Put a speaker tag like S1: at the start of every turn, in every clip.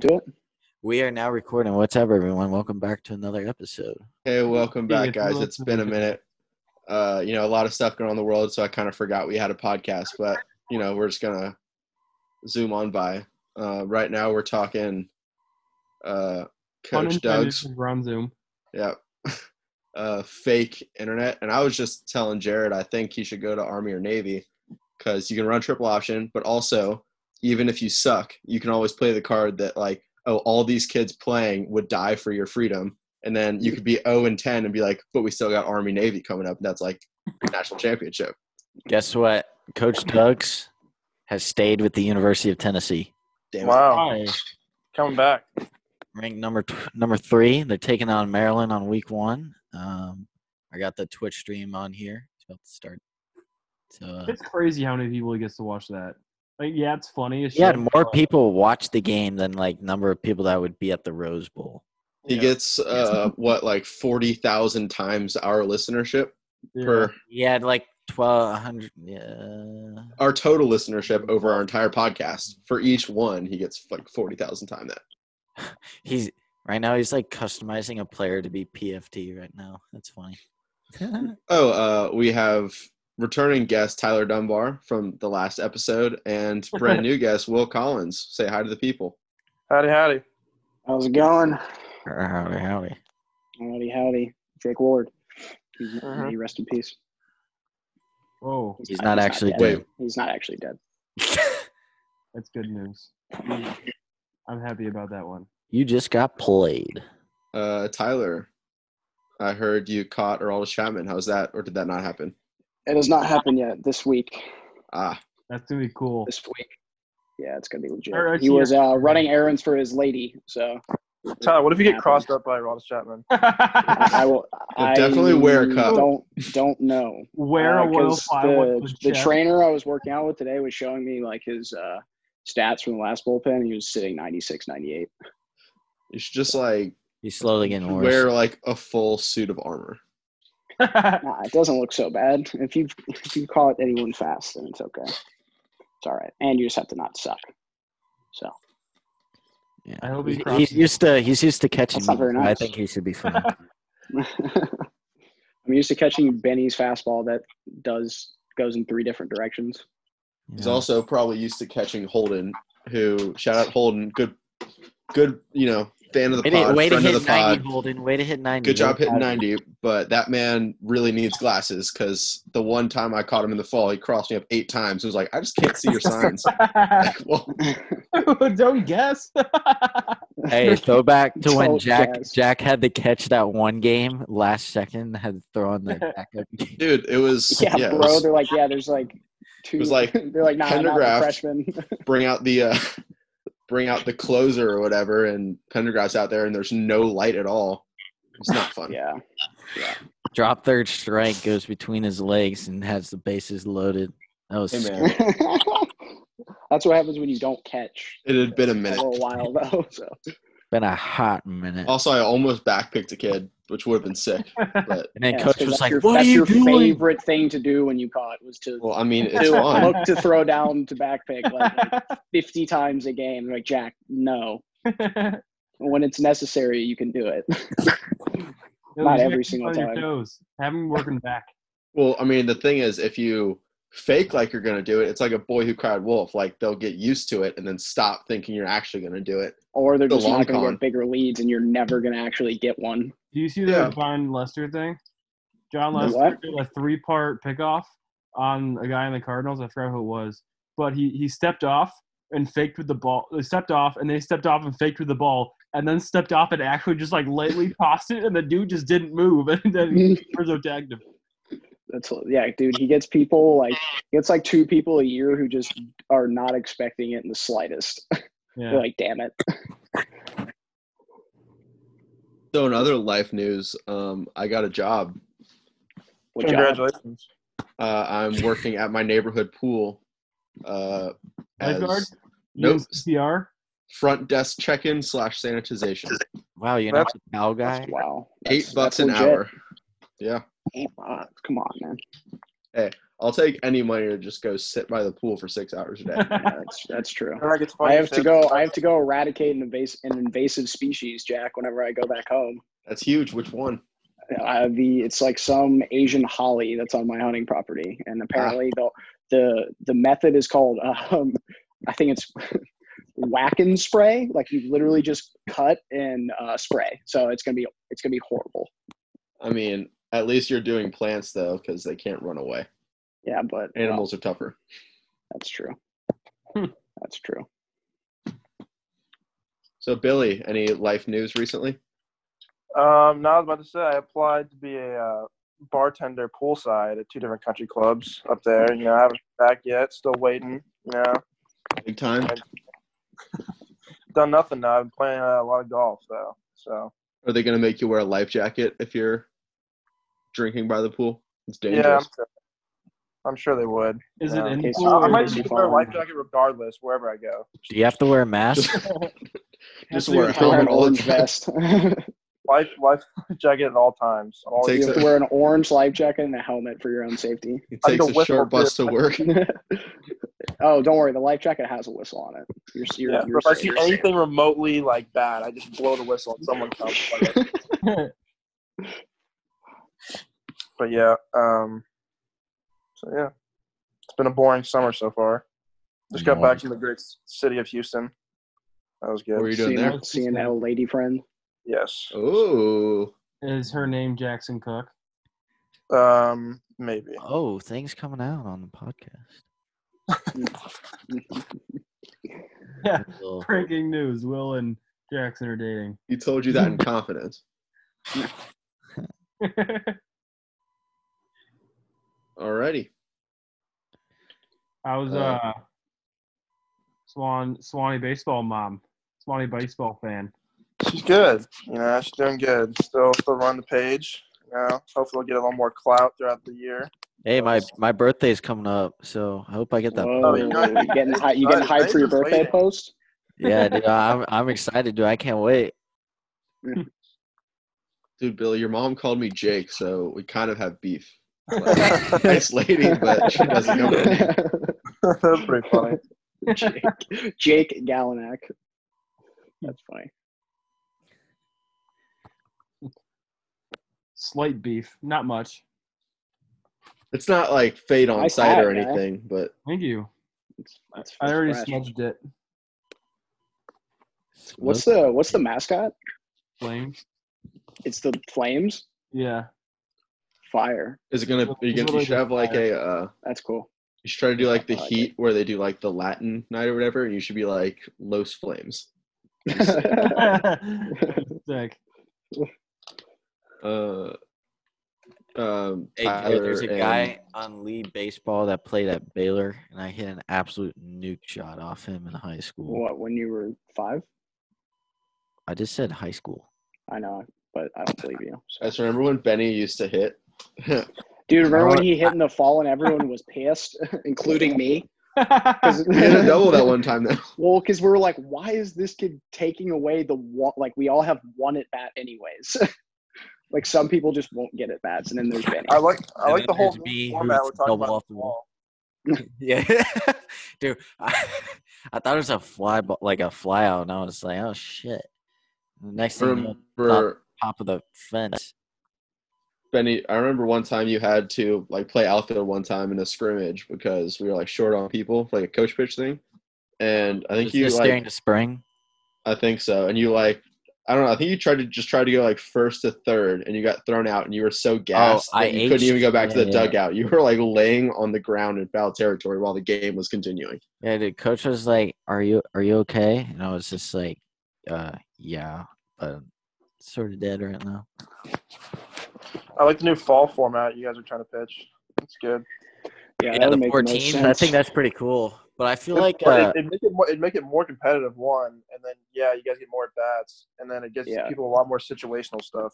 S1: Do it.
S2: We are now recording. What's up, everyone? Welcome back to another episode.
S1: Hey, welcome back,
S3: Yeah,
S1: guys. It's
S3: welcome.
S1: been a minute. Uh, you know, a lot of stuff going on in the world, so I kind of forgot we had a podcast, but you know, we're just gonna zoom on by. Uh, right now, we're talking uh,
S3: Pun
S1: Coach
S3: intended
S1: Doug's
S3: from Ron Zoom.
S1: yeah, uh, fake internet. And I was just telling Jared, I think he should go to Army or Navy because you can run triple option, but also even if you suck, you can always play the card that like, oh, all these kids playing would die for your freedom. And then you could be 0 and 10 and be like, but we still got Army Navy coming up. And that's like national championship.
S2: Guess what? Coach Doug's has stayed with the University of Tennessee,
S1: Damn it.
S4: Wow. Coming back.
S2: ranked number t- number three. They're taking on Maryland on week one. Um, I got the Twitch stream on here. It's about to start. So uh,
S3: It's crazy how many people he gets to watch that. Like, yeah, it's funny. As
S2: he had
S3: shit,
S2: more
S3: but
S2: people watch the game than like number of people that would be at the Rose Bowl.
S1: He gets uh, what, like 40,000 times our listenership
S3: yeah.
S1: per
S2: He had like twelve hundred. Yeah.
S1: our total listenership over our entire podcast. For each one, he gets like 40,000 times that.
S2: He's right now. He's like customizing a player to be PFT right now. That's funny.
S1: Oh, uh, we have returning guest Tyler Dunbar from the last episode and brand new guest Will Collins. Say hi to the people.
S4: Howdy, howdy.
S5: How's it going?
S2: howdy, howdy.
S5: Howdy, howdy. Drake Ward. He's,
S4: Uh-huh.
S5: May he rest in peace.
S3: Whoa,
S2: He's not actually
S1: dead.
S5: dead. He's not actually dead.
S3: that's good news. I'm happy about that one.
S2: You just got played.
S1: Uh, Tyler, I heard you caught Earl Chapman. How's that, or did that not happen?
S5: It has not happened yet this week.
S1: Ah,
S3: That's gonna be cool.
S5: This week. Yeah, it's gonna be legit.
S3: Or- or
S5: He was
S3: TSR.
S5: uh, running errands for his lady, so
S4: Tyler, what if you get
S5: Happened.
S4: crossed up by Ross Chapman?
S5: I will. I
S1: definitely wear a cup.
S5: Don't don't know.
S3: Wear
S5: Uh,
S3: a will
S5: 'cause
S3: fly
S5: the,
S3: with
S5: the
S3: chest.
S5: trainer I was working out with today was showing me like his uh, stats from the last bullpen. He was sitting 96, 98.
S1: you should just like
S2: He's slowly getting worse.
S1: wear like a full suit of armor.
S5: Nah, it doesn't look so bad. If you if you call it anyone fast, then it's okay. It's all right, and you just have to not suck. So
S2: Yeah.
S3: I hope he
S2: He-
S3: crosses
S2: he's
S3: it.
S2: used to he's used to catching
S5: That's not
S2: me,
S5: very
S2: so I
S5: nice.
S2: think he should be fine.
S5: I'm used to catching Benny's fastball that does goes in three different directions.
S1: He's also probably used to catching Holden, who shout out Holden, good, good, you know, fan of
S2: way
S1: the
S2: to,
S1: pod,
S2: way to
S1: friend of
S2: hit
S1: the pod.
S2: ninety, Holden. Way to hit ninety.
S1: Good job
S2: Way to-
S1: hitting 90, but that man really needs glasses because the one time I caught him in the fall, he crossed me up eight times. It was like, I just can't see your signs. Like, well,
S3: Don't guess.
S2: Hey, throwback to when
S5: Don't
S2: Jack
S5: guess.
S2: Jack had to catch that one game last second, had to throw on the backup.
S1: dude, it was
S5: yeah,
S1: yeah, it
S5: bro.
S1: was-
S5: they're like, yeah, there's like two.
S1: was like
S5: they're like, nah, I'm not
S1: Pendergraft.
S5: a freshman.
S1: bring out the uh, bring out the closer or whatever, and Pendergrass out there, and there's no light at all. It's not fun.
S5: yeah,
S2: Drop third strike goes between his legs and has the bases loaded. That was
S1: Hey man,
S5: that's what happens when you don't catch
S1: it had been a
S5: for a
S1: minute.
S5: little while though. So
S2: been a hot minute.
S1: Also, I almost backpicked a kid, which would have been sick. But
S2: and then
S5: yeah,
S2: coach
S5: 'cause
S2: was
S5: that's
S2: like,
S5: your-
S2: "What are
S5: that's
S2: you
S5: your
S2: doing?"
S5: favorite thing to do when you caught was to
S1: well, I mean, it's
S5: to
S1: fun.
S5: look to throw down to backpick like, like 50 times a game. Like, Jack, no. When it's necessary, you can do it. Not
S3: Jack
S5: every
S3: keeps
S5: single
S3: on your
S5: time.
S3: Toes. Have him working back.
S1: Well, I mean, the thing is, if you fake like you're going to do it, it's like a boy who cried wolf. Like they'll get used to it and then stop thinking you're actually going to do it.
S5: or they're
S1: The
S5: just
S1: long
S5: not going to
S1: con.
S5: get bigger leads, and you're never going to actually get one.
S3: Do you see
S1: Yeah.
S3: the John Lester thing? John
S5: The
S3: Lester
S5: what?
S3: did a three-part pickoff on a guy in the Cardinals. I forgot who it was, but he he stepped off and faked with the ball. They stepped off and they stepped off and faked with the ball, and then stepped off and actually just like lightly tossed it, and the dude just didn't move, and then Rizzo tagged him.
S5: That's yeah, dude. He gets people like he gets like two people a year who just are not expecting it in the slightest.
S3: Yeah.
S5: They're like, damn it.
S1: So, in other life news, um, I got a job.
S5: What job?
S4: Congratulations.
S1: Uh, I'm working at my neighborhood pool. Uh, as
S3: Lifeguard?
S1: nope.
S3: CPR.
S1: front desk check-in slash sanitization.
S2: Wow, you're not
S4: That's-
S2: the towel guy.
S5: Wow,
S1: Eight
S5: That's-
S1: bucks
S5: that's
S1: an
S5: legit.
S1: hour. Yeah.
S5: Eight bucks. Come on, man.
S1: I'll take any money to just go sit by the pool for six hours a day.
S5: That's that's true.
S4: I, think it's funny
S5: I
S4: you
S5: have to
S4: said-
S5: go. I have to go eradicate an invasive an invasive species, Jack. Whenever I go back home,
S1: That's huge. Which one?
S5: uh, the it's like some Asian holly that's on my hunting property,
S1: Ah.
S5: and apparently the the the method is called um, I think it's whack and spray. Like you
S1: Mm.
S5: literally just cut and uh, spray. So it's gonna be it's gonna be horrible.
S1: I mean, at least you're doing plants though, because they can't run away.
S5: Yeah, but well,
S1: Animals are tougher.
S5: that's true.
S3: Hmm.
S5: That's true.
S1: So Billy, any life news recently?
S4: Um, now I was about to say I applied to be a uh, bartender poolside at two different country clubs up there. You know, I haven't heard back yet. Still waiting. You know,
S1: Big time.
S4: done nothing now. I've been playing uh, a lot of golf though. So
S1: Are they gonna make you wear a life jacket if you're drinking by the pool? It's
S4: yeah, I'm
S1: dangerous.
S4: sure, I'm sure they would.
S3: Is
S4: Yeah.
S3: it in
S5: Okay,
S3: the
S5: so
S3: pool?
S4: I, I
S3: or
S4: might
S3: is
S5: be
S3: it-
S4: just wear a
S5: fine.
S4: life jacket regardless wherever I go.
S2: Do you have to wear a mask?
S1: Just
S3: Actually,
S1: wear a
S3: it's
S5: Wear
S1: helmet
S5: an
S1: all the
S5: orange
S1: time.
S5: vest. you
S4: Life life jacket at all times. All
S1: Takes
S5: have to
S1: a-
S5: wear an orange life jacket and a helmet for your own safety.
S1: It
S4: I need
S1: takes
S4: a
S1: a
S4: whistle
S1: short bus to work.
S5: oh, don't worry. The life jacket has a whistle on it. You're, you're,
S4: yeah,
S5: you're
S4: if I
S5: safe.
S4: see anything remotely like bad, I just blow the whistle and someone comes. Like, but yeah, um, so yeah, it's been a boring summer so far. Just got
S2: Boring.
S4: back from the great c- city of Houston. That was
S1: What were
S4: good.
S1: you doing
S5: Seeing,
S1: there?
S5: seeing that old lady friend.
S4: Yes.
S1: Oh,
S3: Is her name Jackson Cook?
S4: Um, maybe.
S2: Oh, things coming out on the podcast.
S3: Yeah.
S2: Little-
S3: Breaking news: Will and Jackson are dating.
S1: he told you that in confidence. Alrighty.
S3: I was
S1: Uh,
S3: uh, Swan Swanee baseball mom, Swanee baseball fan.
S4: She's good. You know, she's doing good. Still, still run the page. You know, hopefully we'll get a little more clout throughout the year.
S2: Hey, my my birthday's coming up, so I hope I get that.
S5: Whoa,
S4: you
S5: you
S4: know-
S5: getting high, you getting hyped for your birthday post?
S2: Yeah, dude, I'm I'm excited, dude. I can't wait.
S1: Dude, Billy, your mom called me Jake, so we kind of have beef. Like, nice lady, but she doesn't know my name.
S4: That's pretty funny.
S5: Jake, Jake Galinak. That's funny.
S3: Slight beef, not much.
S1: It's not like fade on
S5: Nice
S1: sight or
S5: hat, guy.
S1: anything, but
S3: Thank you.
S5: It's, it's,
S3: I already
S5: fresh.
S3: smudged it.
S5: What's the what's the mascot?
S3: Flames.
S5: It's the Flames.
S3: Yeah.
S5: Fire.
S1: is it gonna? Are you, gonna, you should have like a. Uh,
S5: That's cool.
S1: you should try to do like the
S5: I like
S1: heat where they do like the Latin night or whatever, and you should be like Los Flames.
S3: Sick.
S1: Uh, um,
S2: Hey, dude, there's a
S1: Tyler and-
S2: guy on Lee baseball that played at Baylor, and I hit an absolute nuke shot off him in high school.
S5: what when you were five?
S2: I just said high school.
S5: I know, but I don't believe you.
S1: I
S5: So.
S1: just remember when Benny used to hit.
S5: Dude, remember
S2: know
S1: Uh,
S5: when he hit in the fall and everyone was pissed, including me? 'Cause-
S1: he had a double that one time though.
S5: Well, because we were like, why is this kid taking away the one? Like, we all have one at bat, anyways. like, some people just won't get at bats, and then there's Benny.
S4: I like I
S2: And
S4: like
S2: then
S4: the whole
S2: there's me,
S4: format
S2: who's
S4: we're talking
S2: double
S4: about.
S2: off the wall. Yeah, dude, I, I thought it was a fly, ball, like a fly out, and I was like, oh shit. The next
S1: I
S2: thing, you know,
S1: remember
S2: top of the fence.
S1: Benny. I remember one time you had to like play outfield one time in a scrimmage because we were like short on people, like a coach pitch thing. And I think
S2: Was
S1: you
S2: this
S1: like.
S2: during the spring.
S1: I think so. And you like, I don't know. I think you tried to just try to go like first to third, and you got thrown out, and you were so gassed
S2: Oh, I
S1: that you couldn't
S2: ached.
S1: even go back to
S2: Yeah,
S1: the
S2: yeah.
S1: dugout. You were like laying on the ground in foul territory while the game was continuing.
S2: Yeah, dude. Coach was like, "Are you are you okay?" And I was just like, "Uh, yeah, but sort of dead right now."
S4: I like the new fall format you guys are trying to pitch. It's good.
S5: yeah,
S2: Yeah,
S5: that would
S2: the
S5: make the most
S2: 14th. I think
S5: sense.
S2: that's pretty cool. But I feel like
S4: But
S2: uh,
S4: it, it make it more, it make it more competitive one, and then yeah, you guys get more at bats, and then it gets
S5: Yeah.
S4: people a lot more situational stuff.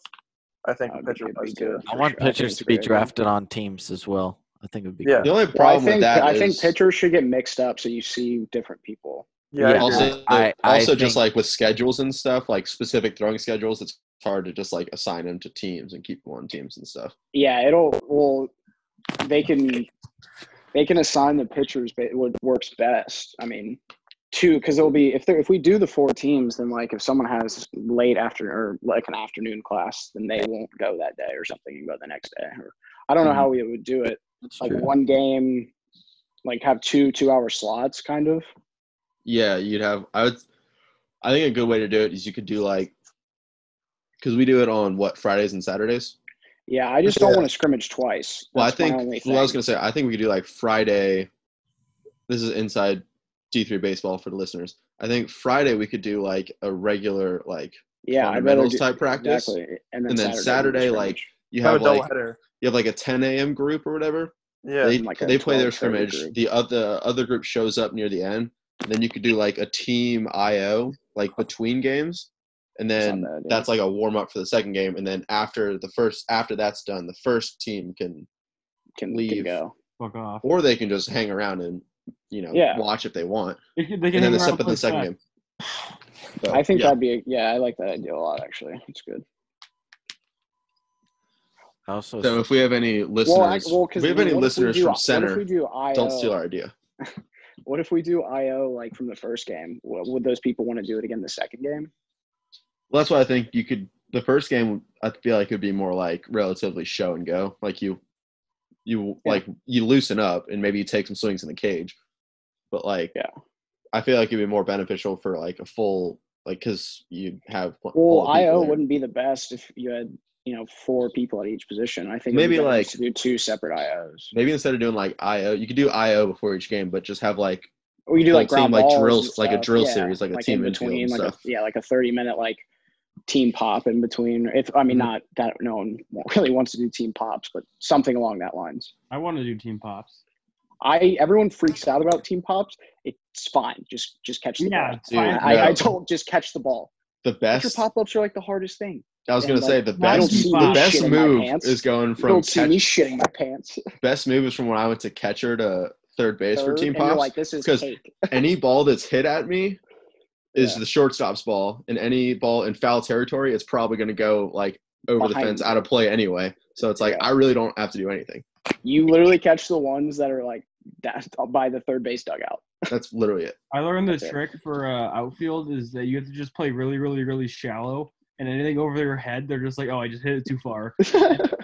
S4: I think the
S5: That would
S4: pitcher
S5: be
S4: does
S5: good.
S4: too.
S2: I
S5: for
S2: want
S5: sure. I think
S2: pitchers
S5: it's a
S2: to be
S5: great idea.
S2: drafted on teams as well. I think it would be.
S4: Yeah.
S1: The only
S5: Well, I
S1: problem
S5: think
S1: with that
S5: I think
S1: is-
S5: pitchers should get mixed up so you see different people.
S4: Yeah,
S2: Yeah.
S4: I agree.
S1: also,
S2: I- I
S1: also just
S2: think-
S1: like with schedules and stuff, like specific throwing schedules, it's hard to just like assign them to teams and keep them on teams and stuff.
S5: Yeah, it'll well they can they can assign the pitchers ba- what works best. I mean, two because it'll be if they if we do the four teams, then like if someone has late after or like an afternoon class, then they won't go that day or something and go the next day. Or I don't know how
S1: Mm-hmm.
S5: we would do it.
S2: That's
S5: Like
S2: true.
S5: one game, like have two two hour slots, kind of.
S1: Yeah, you'd have. I would. I think a good way to do it is you could do like, because we do it on what Fridays and Saturdays.
S5: Yeah, I just don't
S1: Yeah.
S5: want to scrimmage twice.
S1: Well, I
S5: That's my
S1: think.
S5: only
S1: Well, I was
S5: thing.
S1: gonna say. I think we could do like Friday. This is inside D three baseball for the listeners. I think Friday we could do like a regular like
S5: yeah, I'd rather
S1: fundamentals
S5: do,
S1: type practice.
S5: Exactly. And then
S1: and then
S5: Saturday,
S1: Saturday,
S5: scrimmage.
S1: like you
S4: Have
S1: have
S4: a double
S1: like
S4: header.
S1: you have like a 10 a.m. group or whatever.
S4: Yeah.
S1: they
S5: Like a
S1: they play their
S5: 12:30
S1: scrimmage.
S5: group.
S1: The other other group shows up near the end. And then you could do like a team IO like between games, and
S5: That's
S1: then
S5: not bad, yeah.
S1: that's like a warm up for the second game. And then after the first after that's done, the first team can
S5: can, can
S1: leave.
S5: go.
S3: Fuck off.
S1: or they can just hang around and you know
S5: Yeah.
S1: watch if they want.
S3: They can, they can
S1: and then
S3: hang
S1: the
S3: around
S1: step of
S3: play
S1: the second
S3: tag.
S1: game. But,
S5: I think
S1: yeah.
S5: that'd be a, yeah. I like that idea a lot. Actually, it's good.
S2: I also
S1: so. If we have any listeners,
S5: well, I, well,
S1: if
S5: because
S1: we have
S5: I mean,
S1: any
S5: what if
S1: listeners
S5: we do,
S1: from
S5: what if we
S1: Center,
S5: do uh, IO,
S1: don't steal our idea.
S5: What if we do IO like from the first game? What, would those people want to do it again the second game?
S1: Well, that's why I think you could. The first game, I feel like, would be more like relatively show and go. Like you, you
S5: Yeah.
S1: like you loosen up and maybe you take some swings in the cage. But like,
S5: Yeah.
S1: I feel like it'd be more beneficial for like a full like because you have pl- all
S5: Well,
S1: the people
S5: IO
S1: there.
S5: wouldn't be the best if you had you know four people at each position. I think it'd
S1: Maybe,
S5: be better
S1: like-
S5: just to do two separate IOs,
S1: Maybe instead of doing like IO, you could do IO before each game, but just have like
S5: or you do
S1: Whole
S5: like ground
S1: team, like,
S5: balls
S1: drills-
S5: and
S1: like a
S5: stuff.
S1: drill
S5: Yeah,
S1: series, like a
S5: in
S1: team infield
S5: between,
S1: and
S5: like
S1: stuff.
S5: a yeah, like a thirty minute like team pop in between. If I mean
S1: Mhm.
S5: not that no one really wants to do team pops, but something along that lines.
S3: I want to do team pops.
S5: I everyone freaks out about team pops. It's fine. Just just catch the
S3: Yeah,
S5: ball.
S3: it's
S1: Dude,
S3: fine.
S5: I, I
S1: no.
S5: told just catch the ball.
S1: the
S5: Your
S1: best.
S5: pop ups are like the hardest thing.
S1: I was gonna
S5: and,
S1: say the
S3: like, I don't
S1: best.
S3: see
S1: The
S3: me
S1: best
S5: shitting my
S1: move
S5: pants.
S1: is going
S5: You
S1: from
S5: don't see me
S1: catch,
S5: shitting my pants.
S1: best move is from when I went to catcher to third base for
S5: Third,
S1: team
S5: and
S1: pops.
S5: you're like, this is
S1: 'cause-
S5: cake.
S1: any ball that's hit at me is
S5: Yeah.
S1: the shortstop's ball, and any ball in foul territory, it's probably going to go like over the
S5: Behind.
S1: fence, out of play anyway. So it's like
S5: Yeah.
S1: I really don't have to do anything.
S5: You literally catch the ones that are like that by the third base dugout.
S1: That's literally it.
S3: I learned the
S5: That's it.
S3: trick for uh, outfield is that you have to just play really, really, really shallow, and anything over their head, they're just like, "Oh, I just hit it too far."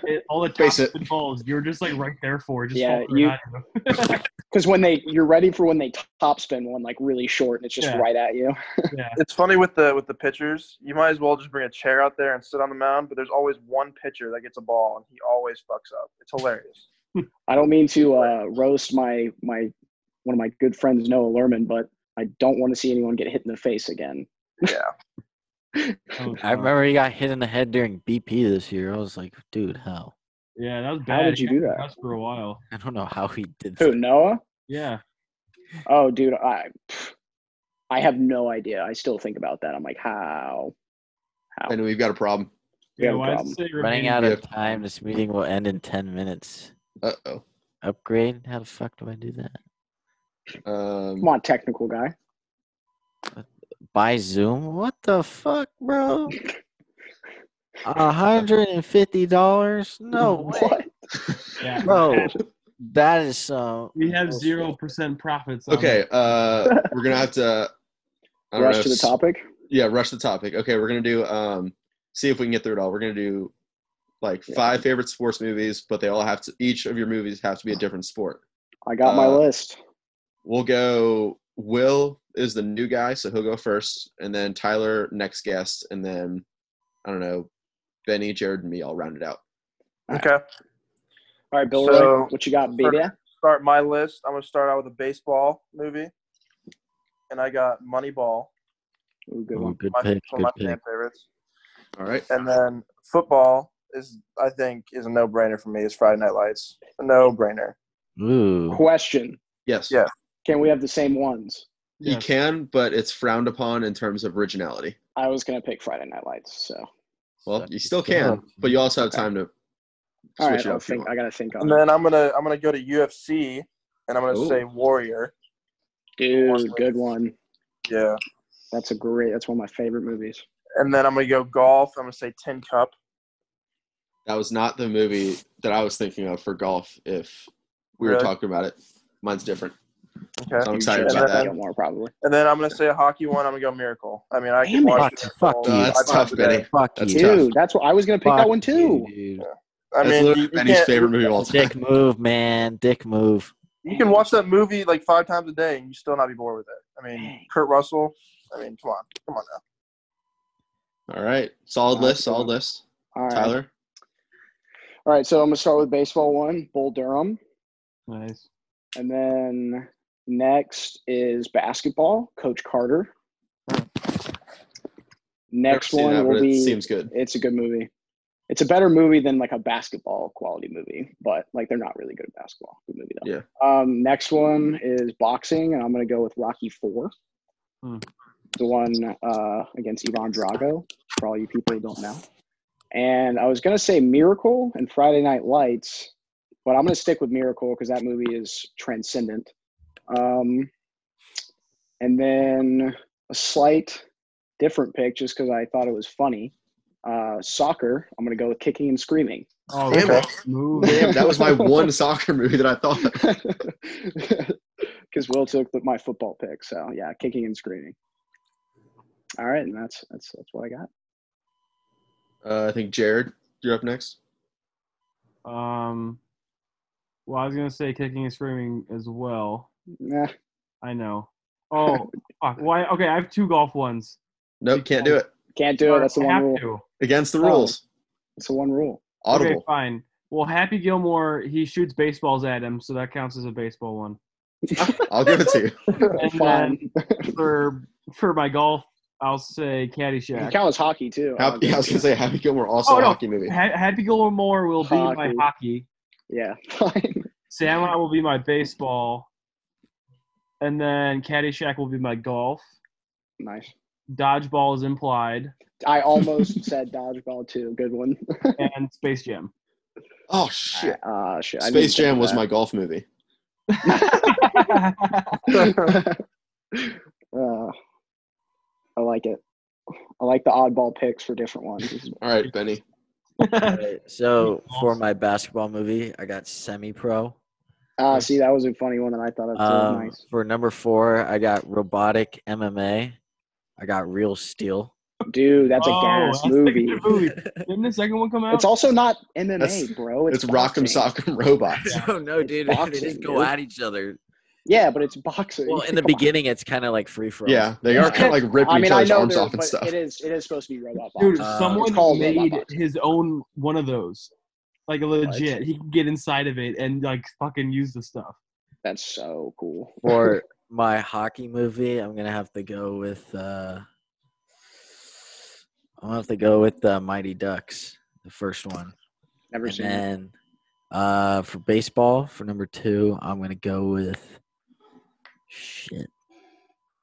S3: It, all the top
S1: Face it.
S3: spin balls, you're just like right there for it, just
S5: Yeah,
S3: falls
S5: you-
S3: right at you.
S5: Because when they, you're ready for when they top spin one like really short and it's just
S3: Yeah.
S5: right at you.
S3: yeah.
S4: It's funny with the with the pitchers. You might as well just bring a chair out there and sit on the mound. But there's always one pitcher that gets a ball, and he always fucks up. It's hilarious.
S5: I don't mean to uh, roast my my one of my good friends Noah Lerman, but I don't want to see anyone get hit in the face again.
S4: Yeah.
S3: Oh,
S2: I
S3: God.
S2: remember he got hit in the head during BP this year. I was like, dude, how?
S3: Yeah, that was bad.
S5: How did you
S3: He
S5: do
S3: had
S5: that?
S3: us For a while.
S2: I don't know how he did
S5: Who
S2: that.
S5: Noah?
S3: Yeah.
S5: Oh, dude, I pff, I have no idea. I still think about that. I'm like, how? How?
S1: And we've got a problem.
S5: We
S3: Yeah.
S5: have a
S3: Why does
S5: problem.
S3: it say
S2: Running
S3: remaining-
S2: out of time. This meeting will end in 10 minutes.
S1: Uh oh.
S2: Upgrade? How the fuck do I do that?
S5: Come
S1: Um,
S5: on, technical guy.
S2: By Zoom? What the fuck, bro? A hundred and fifty dollars? No way,
S5: What?
S3: Yeah.
S2: bro. That is some.
S3: We
S5: Oh,
S3: have
S2: bullshit.
S3: zero percent profits. on
S1: okay.
S3: it.
S1: Uh, we're gonna have to. I don't
S5: Rush
S1: know
S5: to the
S1: if-
S5: topic.
S1: Yeah, rush the topic. Okay, we're gonna do. Um, see if we can get through it all. We're gonna do like
S5: Yeah.
S1: five favorite sports movies, but they all have to. Each of your movies have to be a different sport.
S5: I got my
S1: Uh,
S5: list.
S1: We'll go. Will is the new guy, so he'll go first, and then Tyler next guest, and then I don't know, Benny, Jared, and me. I'll round it out.
S4: Okay.
S5: All right, Bill
S4: so-
S5: Roy, what you got, B?
S4: Perfect. Start my list. I'm gonna start out with a baseball movie, and I got Moneyball.
S5: Ooh, good
S2: Ooh,
S5: one.
S2: good
S4: My,
S2: pick.
S4: one
S2: Good
S4: of my fan
S2: pick.
S4: favorites.
S1: All right.
S4: And then football is, I think, is a no-brainer for me. Is Friday Night Lights a no-brainer?
S2: Ooh,
S5: Question:
S1: Yes.
S4: Yeah.
S5: Can we have the same ones?
S1: You
S3: Yes.
S1: can, but it's frowned upon in terms of originality.
S5: I was gonna pick Friday Night Lights, so
S1: Well,
S2: Suck
S1: you still
S2: it
S1: can,
S2: up.
S1: but you also have time to
S5: all
S1: switch
S5: right.
S1: it
S5: I'll
S1: up. if you
S5: think. I
S1: want.
S5: gotta think on
S4: And
S5: it.
S4: then I'm gonna I'm gonna go to UFC, and I'm gonna
S1: Ooh.
S4: say Warrior.
S5: Dude, good one.
S4: Yeah.
S5: That's a great. That's one of my favorite movies.
S4: And then I'm gonna go golf. I'm gonna say Tin Cup.
S1: That was not the movie that I was thinking of for golf if we were
S4: Really?
S1: talking about it. Mine's different.
S4: Okay.
S1: So I'm
S5: You
S1: excited
S5: should
S1: about
S5: definitely
S1: that.
S5: get more probably.
S4: And then I'm gonna say a hockey one. I'm gonna go Miracle. I mean, I
S5: Damn
S4: can
S5: it.
S4: watch.
S2: Ah, Fuck,
S4: Miracle
S2: fuck you.
S4: five
S1: No, that's
S4: times
S1: tough,
S4: a day.
S1: Benny.
S2: Fuck
S1: That's
S2: you.
S1: tough.
S5: Dude, that's what I was gonna pick that
S2: Fuck
S5: one too.
S2: you, dude.
S4: I
S1: That's
S4: mean,
S1: literally
S4: you, you
S1: Benny's
S4: can't-
S1: favorite movie of all time.
S2: Dick move, man. Dick move.
S4: You can watch that movie like five times a day and you still not be bored with it. I mean,
S5: Dang.
S4: Kurt Russell. I mean, come on, come on now.
S1: All right, solid
S5: Wow,
S1: list.
S5: cool.
S1: Solid list.
S5: All right.
S1: Tyler,
S5: All right, so I'm gonna start with baseball one, Bull Durham,
S3: Nice.
S5: and then next is basketball, Coach Carter. Next
S1: Hmm. Never seen
S5: one
S1: that,
S5: will
S1: but it
S5: be.
S1: seems good.
S5: It's a good movie. It's a better movie than like a basketball quality movie, but like they're not really good at basketball. Good movie though.
S1: Yeah.
S5: Um, next one is boxing, and I'm gonna go with Rocky Four.
S3: Hmm.
S5: The one uh, against Ivan Drago, for all you people who don't know. And I was gonna say Miracle and Friday Night Lights, but I'm gonna stick with Miracle because that movie is transcendent. Um, and then a slight different pick, just because I thought it was funny. Uh, soccer. I'm gonna go with Kicking and Screaming.
S3: Oh,
S1: Damn
S3: that's a move.
S1: Damn, that was my one soccer movie that I thought.
S5: because Will took the, my football pick. So yeah, kicking and screaming. All right, and that's that's that's what I got.
S1: Uh, I think Jared, you're up next.
S3: Um, well, I was gonna say kicking and screaming as well.
S5: Nah,
S3: I know. Oh, fuck. Why? Okay, I have two golf ones.
S1: Nope, can't do it.
S5: can't do it. That's the
S3: I
S5: one
S3: have
S5: rule.
S3: to.
S1: Against the
S5: Oh.
S1: rules.
S5: That's the one rule.
S1: Audible.
S3: Okay, fine. Well, Happy Gilmore, he shoots baseballs at him, so that counts as a baseball one.
S1: I'll give it to you.
S3: And
S5: Fine.
S3: then for for my golf, I'll say Caddyshack.
S5: You count as hockey too.
S1: Happy, yeah, I was gonna say Happy Gilmore also
S3: Oh,
S1: a
S3: no.
S1: hockey movie.
S3: ha- Happy Gilmore will be my
S5: Hockey.
S3: hockey.
S5: yeah, fine.
S3: Samurai will be my baseball. And then Caddyshack will be my golf.
S5: Nice.
S3: Dodgeball is implied.
S5: I almost said dodgeball too. Good one.
S3: And Space Jam.
S1: Oh shit!
S5: Ah, shit. I
S1: Space
S5: didn't
S1: Jam was my golf movie.
S5: think of that. Uh, I like it. I like the oddball picks for different ones.
S1: All right, Benny.
S2: Alright, so for my basketball movie, I got semi pro.
S5: Ah, see, that was a funny one that I thought of too.
S2: Um,
S5: nice.
S2: for number four, I got robotic MMA. I got real steel.
S5: Dude, that's
S3: Oh,
S5: a gas
S3: that's a
S5: movie.
S3: good movie. Didn't the second one come out?
S5: It's also not MMA,
S1: That's-
S5: bro. It's,
S1: It's Rock'em
S5: boxing.
S1: Sock'em Robots.
S2: I don't know,
S5: It's
S2: dude.
S5: boxing,
S2: they just go
S5: dude.
S2: at each other.
S5: Yeah, but it's boxing.
S2: Well, in the
S5: Come on.
S2: beginning, it's kind of like free for all.
S1: Yeah, they are kind of like ripping
S5: I mean,
S1: each
S5: I
S1: other's
S5: know
S1: arms
S5: there,
S1: off and
S5: but
S1: stuff.
S5: it is it is supposed to be robot boxing.
S3: Dude,
S2: Uh,
S5: it's
S3: someone
S5: called Robot
S3: made
S5: Boxing.
S3: his own one of those. Like legit. He can get inside of it and like fucking use the stuff.
S5: That's so cool.
S2: For my hockey movie, I'm gonna have to go with. Uh, I'm gonna have to go with the Mighty Ducks, the first one,
S5: Never
S2: and
S5: seen. it.
S2: then uh, for baseball, for number two, I'm gonna go with. Shit.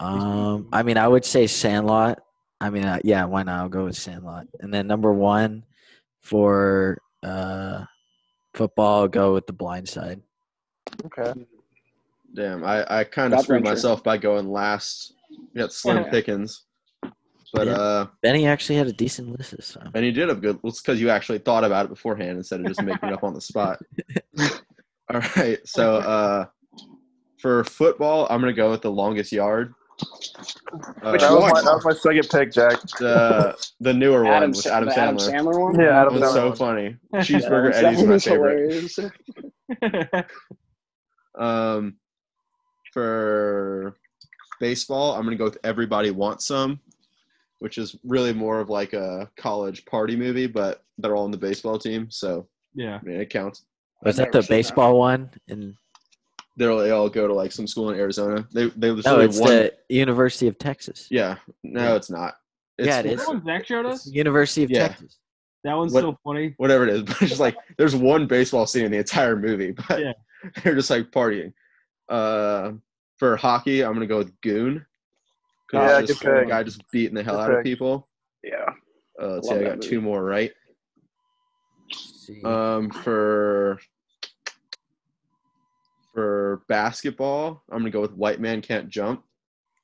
S2: Um, I mean, I would say Sandlot. I mean, uh, yeah, why not? I'll go with Sandlot, and then number one for uh, football, I'll go with The Blind Side.
S4: Okay.
S1: Damn, I, I kind of
S5: God
S1: screwed
S5: Venture.
S1: myself by going last. We got Slim
S5: Yeah.
S1: Pickens, but
S2: Yeah.
S1: uh,
S2: Benny actually had a decent list this time.
S1: and you did have good. Well, it's because you actually thought about it beforehand instead of just making it up on the spot. All right, so uh, for football, I'm gonna go with the longest yard. Uh,
S5: Which
S4: That was,
S5: one?
S4: my, that was my second pick, Jack.
S1: the the newer one
S5: Adam,
S1: with
S5: Sa-
S1: Adam
S5: the
S1: Sandler.
S5: Adam Sandler one.
S4: Yeah,
S1: That
S4: Adam
S1: was so
S4: Sandler.
S1: funny.
S5: Yeah, that
S1: Cheeseburger
S5: one's- that
S1: Eddie's
S5: one
S1: my
S5: was
S1: favorite.
S5: hilarious.
S1: Um, for baseball, I'm gonna go with Everybody Wants Some, which is really more of like a college party movie, but they're all on the baseball team, so
S3: yeah.
S1: I mean it counts.
S2: Was that
S5: I've never
S2: the
S5: seen that.
S2: baseball one? And
S1: They're they all go to like some school in Arizona. They they there's
S2: no,
S1: only
S2: it's
S1: one.
S2: the University of Texas.
S1: Yeah, no,
S2: Yeah.
S1: it's not. It's
S2: Yeah, it
S3: That
S2: is.
S3: one Zach showed
S2: It's
S3: us?
S2: the University of
S1: Yeah.
S2: Texas.
S3: That one's
S1: What-
S3: so funny.
S1: whatever it is. But it's just like there's one baseball scene in the entire movie, but
S3: Yeah.
S1: they're just like partying. Uh, for hockey, I'm gonna go with Goon. 'cause
S4: Yeah,
S1: it's just
S4: good pick.
S1: a guy just beating the hell
S4: Good
S1: out of
S4: pick.
S1: people.
S5: yeah,
S1: Uh, let's
S5: Love
S1: see, I
S5: that
S1: got
S5: movie.
S1: two more right. Uh,
S2: See.
S1: Um, for for basketball, I'm gonna go with White Man Can't Jump.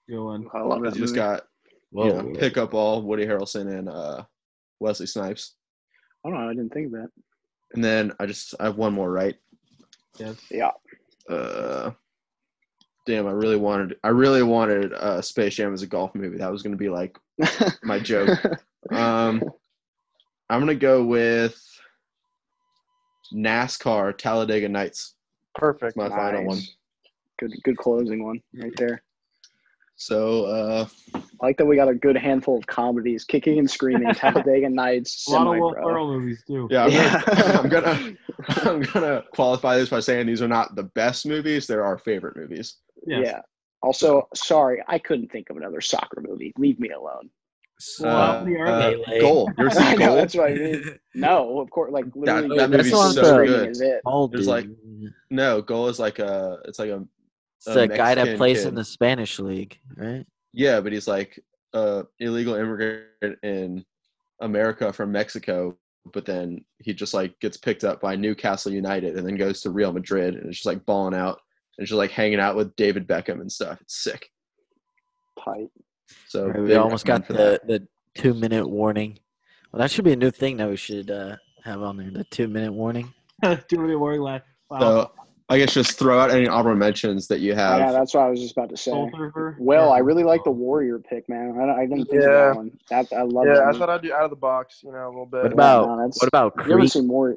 S3: Good one.
S5: I love that
S1: It's just
S5: movie.
S1: got
S2: Whoa.
S1: you know, pickup ball, Woody Harrelson and uh, Wesley Snipes.
S5: I don't know. I didn't think of that.
S1: And then I just I have one more, right?
S3: Yes.
S1: Uh, damn, I really wanted I really wanted uh, Space Jam as a golf movie. That was gonna be like my joke. Um, I'm gonna go with NASCAR Talladega Nights.
S4: Perfect.
S1: That's my final one.
S5: Nice. Good, good closing one right there.
S1: So uh,
S5: I like that we got a good handful of comedies, kicking and screaming, Talladega Nights,
S3: A lot of
S5: Semi-Pro.
S3: Will Ferrell movies too.
S1: yeah, I'm
S5: Yeah.
S1: gonna, I'm gonna I'm gonna qualify this by saying these are not the best movies. They're our favorite movies.
S3: Yes.
S5: Yeah. Also, sorry, I couldn't think of another soccer movie. Leave me alone.
S3: Well,
S1: Uh,
S3: how many are
S1: uh,
S3: there?
S2: Melee.
S1: Goal. You ever
S5: I
S1: seen
S5: know
S1: Goal?
S5: that's what I mean. No, of course, like literally,
S1: that
S5: kicking
S2: movie's
S5: and
S2: so
S5: screaming
S1: good.
S5: Is it?
S2: Bald
S1: There's,
S2: dude.
S1: like, No, Goal is like a it's like a
S2: it's the guy
S1: Mexican
S2: that plays
S1: kid.
S2: in the Spanish league, right?
S1: Yeah, but he's like a illegal immigrant in America from Mexico, but then he just like gets picked up by Newcastle United and then goes to Real Madrid and it's just like balling out and just like hanging out with David Beckham and stuff. It's sick.
S5: Tight.
S1: So
S2: Right, we
S1: big
S2: almost got
S1: recommend for that.
S2: the, the two minute warning. Well, that should be a new thing that we should uh, have on there. The two minute warning.
S3: Too many worry left. Wow.
S1: So I guess just throw out any honorable mentions that you have.
S5: Yeah, that's what I was just about to
S3: Soul
S5: say.
S3: Surfer.
S5: Well, I really like the Warrior pick, man. I, I didn't
S4: Yeah.
S5: think of that one. That, I love
S4: Yeah,
S5: that.
S4: that's
S5: movie.
S4: what I do out of the box, you know, a little bit.
S2: What about-
S5: Yeah, no, that's-
S2: What about
S5: You ever
S2: Creed?
S5: seen more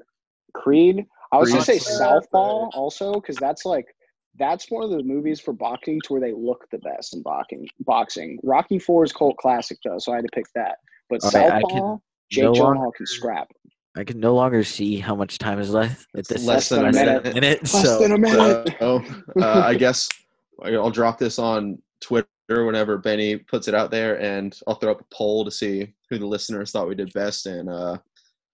S5: Creed? I was gonna say
S3: Creed.
S5: Southpaw also because that's like that's one of the movies for boxing to where they look the best in boxing. Boxing. Rocky Four is cult classic though, so I had to pick that. But
S2: All right, I can
S5: Southpaw, Jake
S2: no
S5: Gyllenhaal
S2: longer-
S5: can scrap.
S2: I can no longer see how much time is left at this
S1: less
S5: than a
S2: minute.
S1: minute.
S5: Less than
S2: so
S5: a minute.
S1: So uh, I guess I'll drop this on Twitter whenever Benny puts it out there, and I'll throw up a poll to see who the listeners thought we did best. And uh,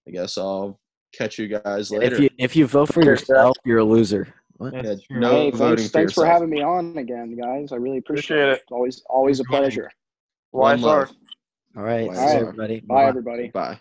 S1: I guess I'll catch you guys
S2: and
S1: later.
S2: if you if you vote for yourself, you're a loser. What?
S3: That's
S1: Yeah,
S3: true.
S1: no-
S5: hey,
S1: voting
S5: thanks,
S1: for
S5: thanks for
S1: yourself.
S5: having me on again, guys. I really appreciate,
S4: Appreciate
S5: it.
S4: it.
S5: It's always always a
S3: Good morning.
S5: pleasure.
S1: One
S4: YSR.
S1: love.
S2: All right,
S1: All
S2: see you,
S5: right.
S2: everybody.
S5: Bye
S2: Mwah.
S5: everybody.
S1: Bye.